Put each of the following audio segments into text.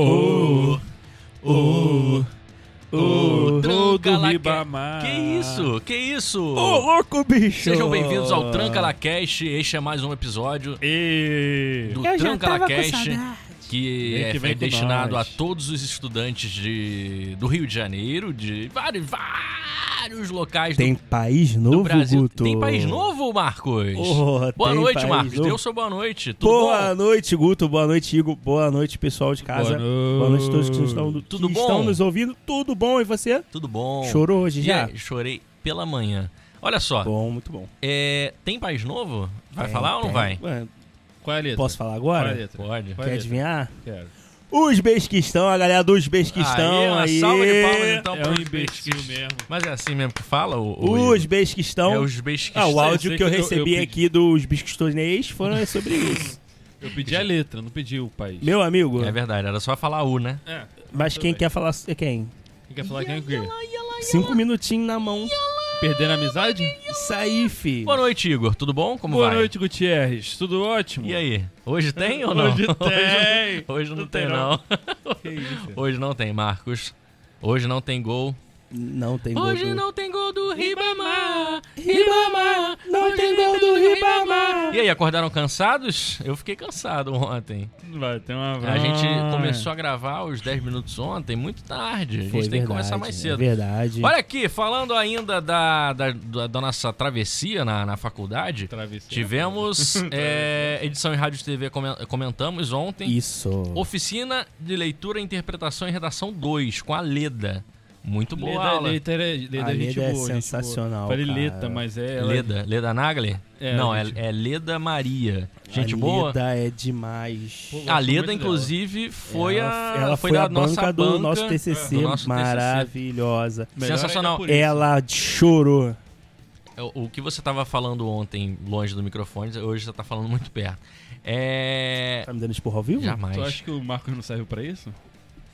Oh, oh, oh, Tranca todo Laque- Ribamar. Que isso? Que isso? Ô, louco, bicho! Sejam bem-vindos ao Tranca La Cash. Este é mais um episódio E... do Eu já Tranca La tava com Cash, saudade. que, Vem é, que vem é com destinado nós. a todos os estudantes de, do Rio de Janeiro, de vários, vários locais do Tem país novo, do Brasil. Guto? Tem país novo, Marcos? Oh, boa tem noite, país Marcos. novo. Deu sua boa noite. Tudo Boa bom? noite, Guto. Boa noite, Igor. Boa noite, pessoal de casa. Boa noite. a todos que estão, que Tudo bom? estão nos ouvindo. Tudo bom? E você? Tudo bom? Chorou hoje E já? aí, chorei pela manhã. Olha só, Bom, muito bom. é, tem país novo? Vai Tem, falar ou não tem. vai? Ué, Qual é a letra? Posso falar Qual é a agora? letra? Pode. Qual é a Quer letra? adivinhar? Quero. Uzbequistão, a galera do Uzbequistão. uma aí. salva de palmas então É um pro imbecil Uzbequistão. mesmo. Mas é assim mesmo que fala? O, o Uzbequistão. É os besquistas. Ah, o eu sei áudio que eu que eu- eu recebi pedi. aqui dos bisquistoneis foram é sobre isso. Eu pedi a letra, não pedi o país. Meu amigo, É verdade, era só falar U, né? É. mas quem quer falar é quem? Quem quer falar quem é o quê? Cinco minutinhos na mão. Perdendo a amizade? Isso aí, fi. Boa noite, Igor. Tudo bom? Como Boa vai? noite, Gutierrez. Tudo ótimo? E aí? Hoje tem ou não? Hoje tem. Hoje não tem, não. Que isso? Hoje não tem, Marcos. Hoje não tem gol. Não tem Hoje gol do- não tem gol do Ribamar. Ribamar, não tem gol do Ribamar. E aí, acordaram cansados? Eu fiquei cansado ontem. Vai ter uma A gente Ah. começou a gravar os 10 minutos ontem, muito tarde. A gente Foi tem que verdade, começar mais é cedo. verdade. Olha aqui, falando ainda da, da, da- da nossa travessia na, na faculdade, Tá Travesseiro. tivemos é, edição em rádio e TV, comen- comentamos ontem. Isso. Oficina de leitura, interpretação e redação 2, com a Leda. Muito boa Leda, aula. Leda, é- Leda, A é gente Leda é boa, gente sensacional, boa. Falei cara. Leda, mas é. ela- Leda, Leda Nagler? É, Não, é, gente- é Leda Maria. Gente a boa. Leda é demais. Pô, A gosto muito Leda, dela. inclusive, foi ela, a, ela foi foi da a nossa é, banca do nosso TCC, do nosso TCC. maravilhosa. Melhor Sensacional. ainda por isso. Ela chorou. É, O, o que você estava falando ontem, longe do microfone, hoje você tá falando muito perto. É. Tá me dando esporro ao vivo? Jamais. Tu acha que o Marcos não serve pra isso?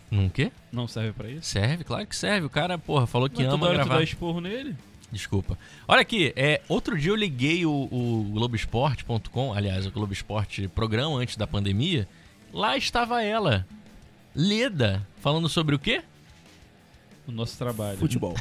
Num quê? Não serve pra isso? Serve? Claro que serve. O cara, porra, falou que Mas toda ama hora tu gravar. dá esporro nele? Desculpa. Olha aqui, é, outro dia eu liguei o, o Globoesporte.com, aliás, o Globo Esporte programa antes da pandemia. Lá estava ela, Leda, falando sobre o quê? O nosso trabalho. Futebol.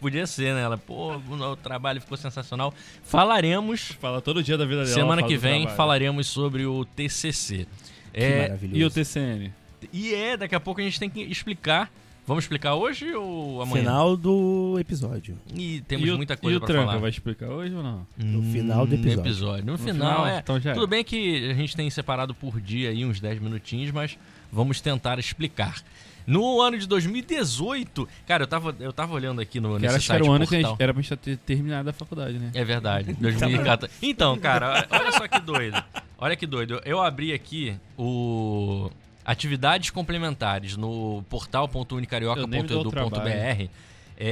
Podia ser, né? Ela, pô, o meu trabalho ficou sensacional. Falaremos, Fala todo dia da vida dela. semana ela fala que do vem, trabalho. falaremos sobre o TCC. Que É, maravilhoso. E o TCN? e é, daqui a pouco a gente tem que explicar. Vamos explicar hoje ou amanhã? Final do episódio. E temos e o, muita e coisa o pra Tranca falar. vai explicar hoje ou não? No final do No episódio. Hum, No, No final, final, é. então já é. Tudo bem que a gente tem separado por dia aí uns 10 minutinhos, mas vamos tentar explicar. No ano de 2018, cara, eu tava, eu tava olhando aqui no Cara, nesse acho que era site o ano que a portal. gente, era pra gente ter terminado a faculdade, né? É verdade, 2014. Então, cara, olha- olha só que doido. Olha que doido. Eu abri aqui o atividades complementares no Eu nem me dou o portal.unicarioca.edu.br. trabalho.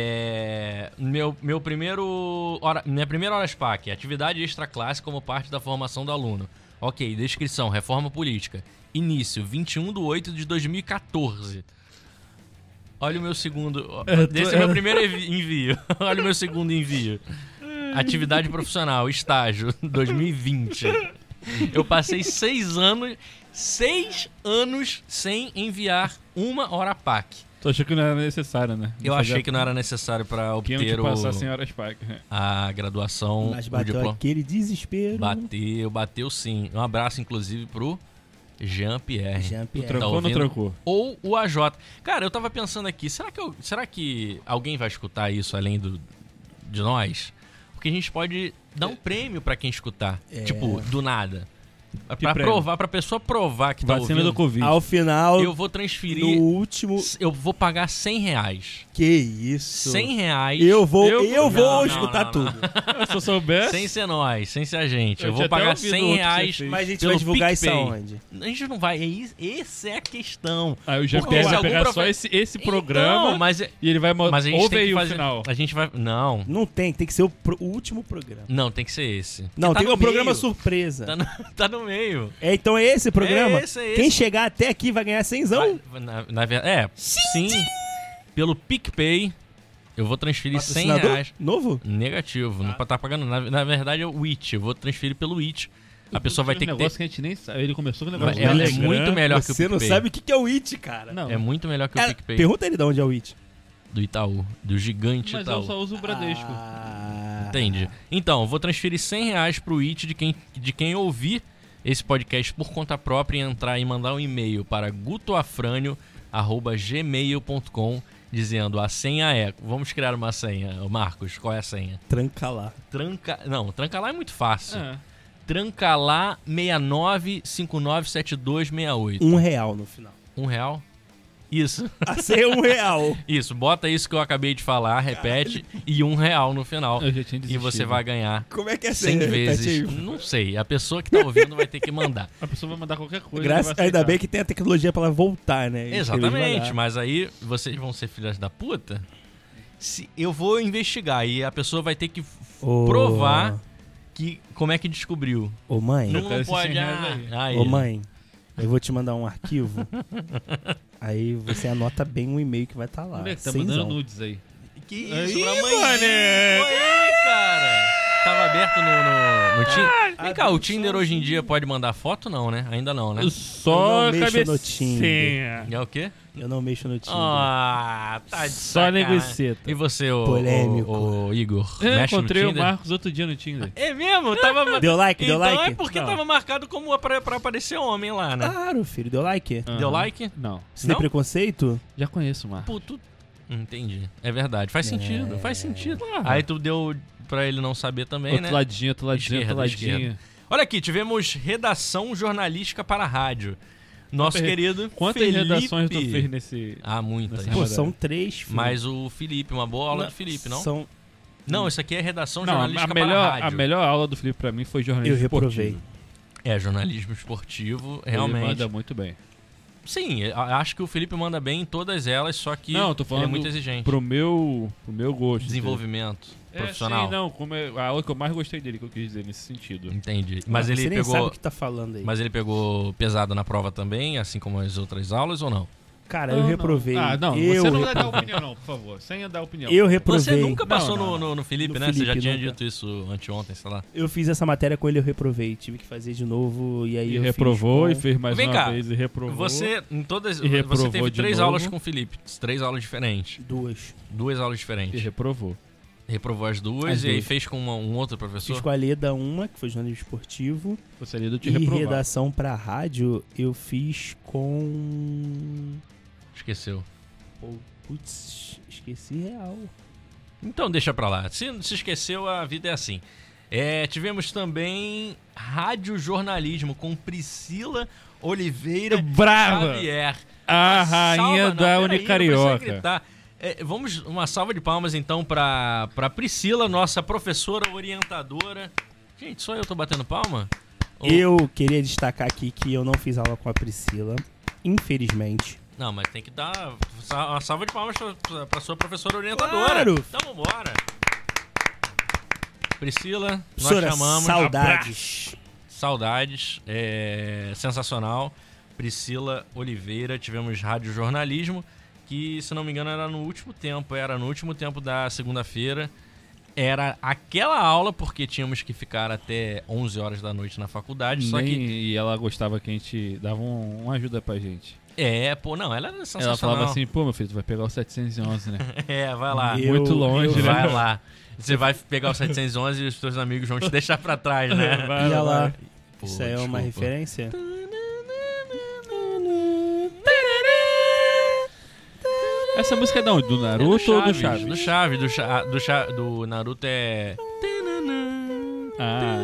É, meu, meu primeiro hora, minha primeira hora SPAC, atividade extra classe como parte da formação do aluno. Ok, descrição, reforma política. Início, 21 de 8 de 2014. Olha o meu segundo. Eu tô- Esse é meu primeiro envi- envio. Olha o meu segundo envio. Atividade profissional, estágio, 2020. Eu passei seis anos, seis anos sem enviar uma hora PAC. Tu achou que não era necessário, né? É. Eu achei que não era necessário para Que iam te obter o- passar sem horas pagas. né? a graduação, Mas o bateu né? diploma. aquele desespero. Bateu, bateu sim. Um abraço, inclusive, pro Jean Pierre. Jean-Pierre. Tá Trancou ou não ouvindo? trancou? ou o AJ. Cara, eu tava pensando aqui, será que, eu- será que alguém vai escutar isso além do, de nós? Porque a gente pode dar É. um prêmio pra quem escutar. É. Tipo, do nada. Pra prêmio? provar, pra pessoa provar que tá Vacina do ouvindo. Covid. Ao final, Eu vou no transferir. último. Eu vou pagar 100 reais. Que isso? 100 reais. Eu vou, Eu- eu, vou Não, não, escutar não, tudo. Se eu soubesse... Sem ser nós, sem ser a gente. Eu, Eu vou tinha até pagar ouvido 100 outro que você reais. fez. Mas a gente Pelo vai divulgar isso PicPay. aonde? A gente não vai. é isso- Essa é a questão. Aí o Porque GPR se vai algum pegar só profe- esse, esse programa Então, mas, é- e ele vai mo- mas a gente ouve tem aí que o fazer. final. A gente vai. Não. Não tem, tem que ser o, pro- o último programa. Não, tem que ser esse. Porque Não, tá tem no o programa meio. surpresa. Tá no, tá no meio. É, então é esse o programa? É esse, é esse. Quem chegar até aqui vai ganhar 100 Vai- na, na ver- é, sim. Pelo PicPay, eu vou transferir 100 reais. tá Novo? Negativo, não tá pagando. Na, na verdade é o It. Eu vou transferir pelo It. A pessoa vai ter que ter. um negócio que a gente nem sabe. Ele começou com o Mas negócio Ela é Telegram. muito melhor que o Você não PicPay. sabe o que que é o It, cara. Não, É muito melhor que o Ela- PicPay. pergunta ele de onde é o It. Do Itaú. Do gigante mas eu Itaú. só uso o Bradesco. Ah. Entende? Então, vou transferir 100 reais pro IT de quem, de quem ouvir esse podcast por conta própria e entrar e mandar um e-mail para gutoafrânio.gmail.com dizendo a senha é. Vamos criar uma senha. Ô, Marcos, qual é a senha? Tranca lá. Tranca. Não, tranca lá é muito fácil. É. Tranca lá 69597268. Um real no final. Um real? Isso. A ser um real. Isso, bota isso que eu acabei de falar, repete, e um real no final. Eu já tinha E desistido. você vai ganhar Como é que é 100 ser? vezes. Repete aí. Não sei, a pessoa que tá ouvindo vai ter que mandar. A pessoa vai mandar qualquer coisa. Graças- ele vai ainda aceitar. bem que tem a tecnologia pra ela voltar, né? Exatamente, mas aí vocês vão ser filhas da puta. Se eu vou investigar e a pessoa vai ter que f- Ô. provar que como é que descobriu. Ô mãe, Não, Eu quero não esses pode. 100 Ah, reais aí. ô mãe, eu vou te mandar um arquivo. aí você anota bem o e-mail que vai estar lá. é Moleque, tá Cenzão. mandando nudes aí. Que Aí, isso, pra mãe. mané. Qual é, cara? Tava aberto no, no, no Tinder. Vem cá, o Tinder hoje em dia pode mandar foto? Não, né? Ainda não, né? Só Eu não mexo no cabecinha. É o quê? Eu não mexo no Tinder. Ah, tá de Só sacanagem. linguiceta. E você, o, Polêmico. o, Igor? Eu mexe no encontrei o Tinder? Marcos outro dia no Tinder. É mesmo? Tava... Deu like, deu então like? é porque Não. tava marcado como pra, pra aparecer homem lá, né? Claro, filho, deu like. Deu Aham. like? Não. Você tem Ah, Não? preconceito? Já conheço o Marcos. Pô, tu... Entendi. É verdade. Faz sentido, faz sentido. Claro. Aí tu deu pra ele não saber também, Outro né? ladinho, outro ladinho, Esquerda, outro ladinho. Olha aqui, tivemos redação jornalística para a rádio. Nosso Quantas- querido Quantas Felipe... redações tu fez nesse... Ah, muitas. Nessa- É Pô, verdade. são três, filho. Mas o Felipe, uma boa aula do Felipe, não? São... Não, isso aqui é redação Não, a- jornalística a para a melhor, rádio. a melhor aula do Felipe pra mim foi jornalismo Eu reprovei. esportivo. É, jornalismo esportivo, Ele realmente. manda muito bem. Sim, a- acho que o Felipe manda bem em todas elas, só que Não, eu tô falando ele é muito exigente. Pro meu, pro meu gosto. Desenvolvimento entendeu? É, profissional. sim, não. Como é- a aula que eu mais gostei dele, que eu quis dizer nesse sentido. Entendi. Mas ele você nem sabe pegou. o que tá falando aí. Mas ele pegou pesado na prova também, assim como as outras aulas, ou não? Cara, Não, eu não. reprovei. Ah, não. Eu você não vai dar reprovei. opinião, não, por favor. Sem dar opinião. Eu reprovei. Você nunca passou Não, não, no, no- no Felipe, No né? Você já Felipe, tinha nunca. dito isso anteontem, sei lá. Eu fiz essa matéria com ele, eu reprovei. Tive que fazer de novo e aí E eu reprovou fiz e com- fez mais Vem uma cá, vez e reprovou. Você, em todas. E reprovou Você teve de três novo. aulas com o Felipe. Três aulas diferentes. Duas. Duas aulas E diferentes. reprovou. Reprovou as duas As e aí duas. fez com uma- um outro professor. Fiz com a Leda uma, que foi jornalismo esportivo. Você ali do te E reprovar. redação pra rádio eu fiz com. Esqueceu. Pô, putz, esqueci real. Então deixa pra lá. Se, se esqueceu, a vida é assim. É, tivemos também radiojornalismo com Priscila Oliveira Brava! Xavier. A Uma salva- rainha não, peraí, não da precisa Unicarioca. gritar. É, vamos, uma salva de palmas então pra, pra Priscila, nossa professora orientadora. Gente, só eu tô batendo palma? Ou- Eu queria destacar aqui que eu não fiz aula com a Priscila, infelizmente. Não, mas tem que dar sa- uma salva de palmas pra- pra, pra sua professora orientadora. Claro. Então vambora. Priscila, nós Professora, chamamos. saudades. Saudades, é, sensacional. Priscila Oliveira, tivemos rádio jornalismo, que se não me engano era no último tempo, era no último tempo da segunda-feira. Era aquela aula, porque tínhamos que ficar até 11 horas da noite na faculdade, só Nem- que... E ela gostava que a gente dava um- uma ajuda pra gente. É, pô, não, ela era sensacional. Ela falava assim, pô, meu filho, tu vai pegar o 711, né? É, vai lá. Eu- Muito longe, eu- né? Vai lá. Você vai pegar o 711 e os seus amigos vão te deixar pra trás, né? Vai, e ela. vai. Pô, Isso aí é uma desculpa. referência? Essa música é da onde? Do É do Naruto ou do Chaves? Chaves? Do Chaves, do, Cha- do, Cha- do Naruto é... Ah.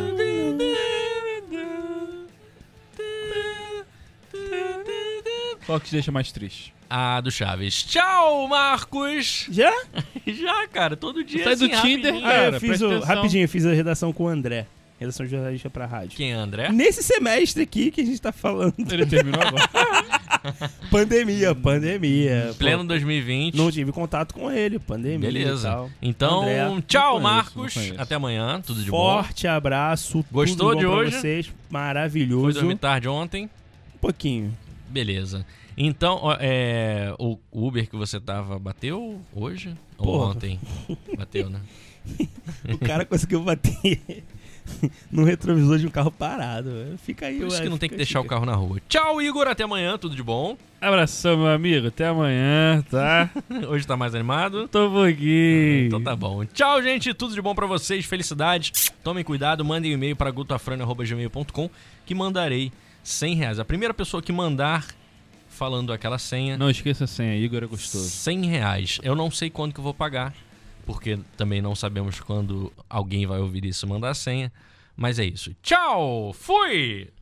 Qual que te deixa mais triste? Ah, do Chaves. Tchau, Marcos! Já? Já, cara, todo dia Sai do assim, Tinder, rapidinho. ah. Cara, eu É, fiz presta o, atenção. rapidinho, eu fiz a redação com o André. Redação jornalista pra rádio. Quem é André? Nesse semestre aqui que a gente tá falando. Ele terminou agora. Pandemia, pandemia. pô. Pleno 2020. Não tive contato com ele, pandemia. e Beleza. tal. Então, André, não tchau, conheço, Marcos. não conheço. Até amanhã. Tudo de bom. Forte abraço. Gostou tudo de bom pra hoje? vocês, Fui maravilhoso. dormir tarde ontem. Um pouquinho. Beleza. Então, ó, é, o Uber que você tava bateu hoje? Ou Porra. ontem? Bateu, né? O cara conseguiu bater no retrovisor de um carro parado. velho. Fica aí, Por isso ué, que não tem que fica- deixar o fica. carro na rua. Tchau, Igor. Até amanhã. Tudo de bom. Abração, meu amigo. Até amanhã, tá? Hoje tá mais animado? Tô um buguinho. Então tá bom. Tchau, gente. Tudo de bom pra vocês. Felicidades. Tomem cuidado. Mandem um e-mail pra gutoafrano.gmail.com que mandarei 100 reais. A primeira pessoa que mandar falando aquela senha, Não esqueça a senha, Igor é gostoso. 100 reais. Eu não sei quando que eu vou pagar, porque também não sabemos quando alguém vai ouvir isso e mandar a senha. Mas é isso. Tchau! Fui!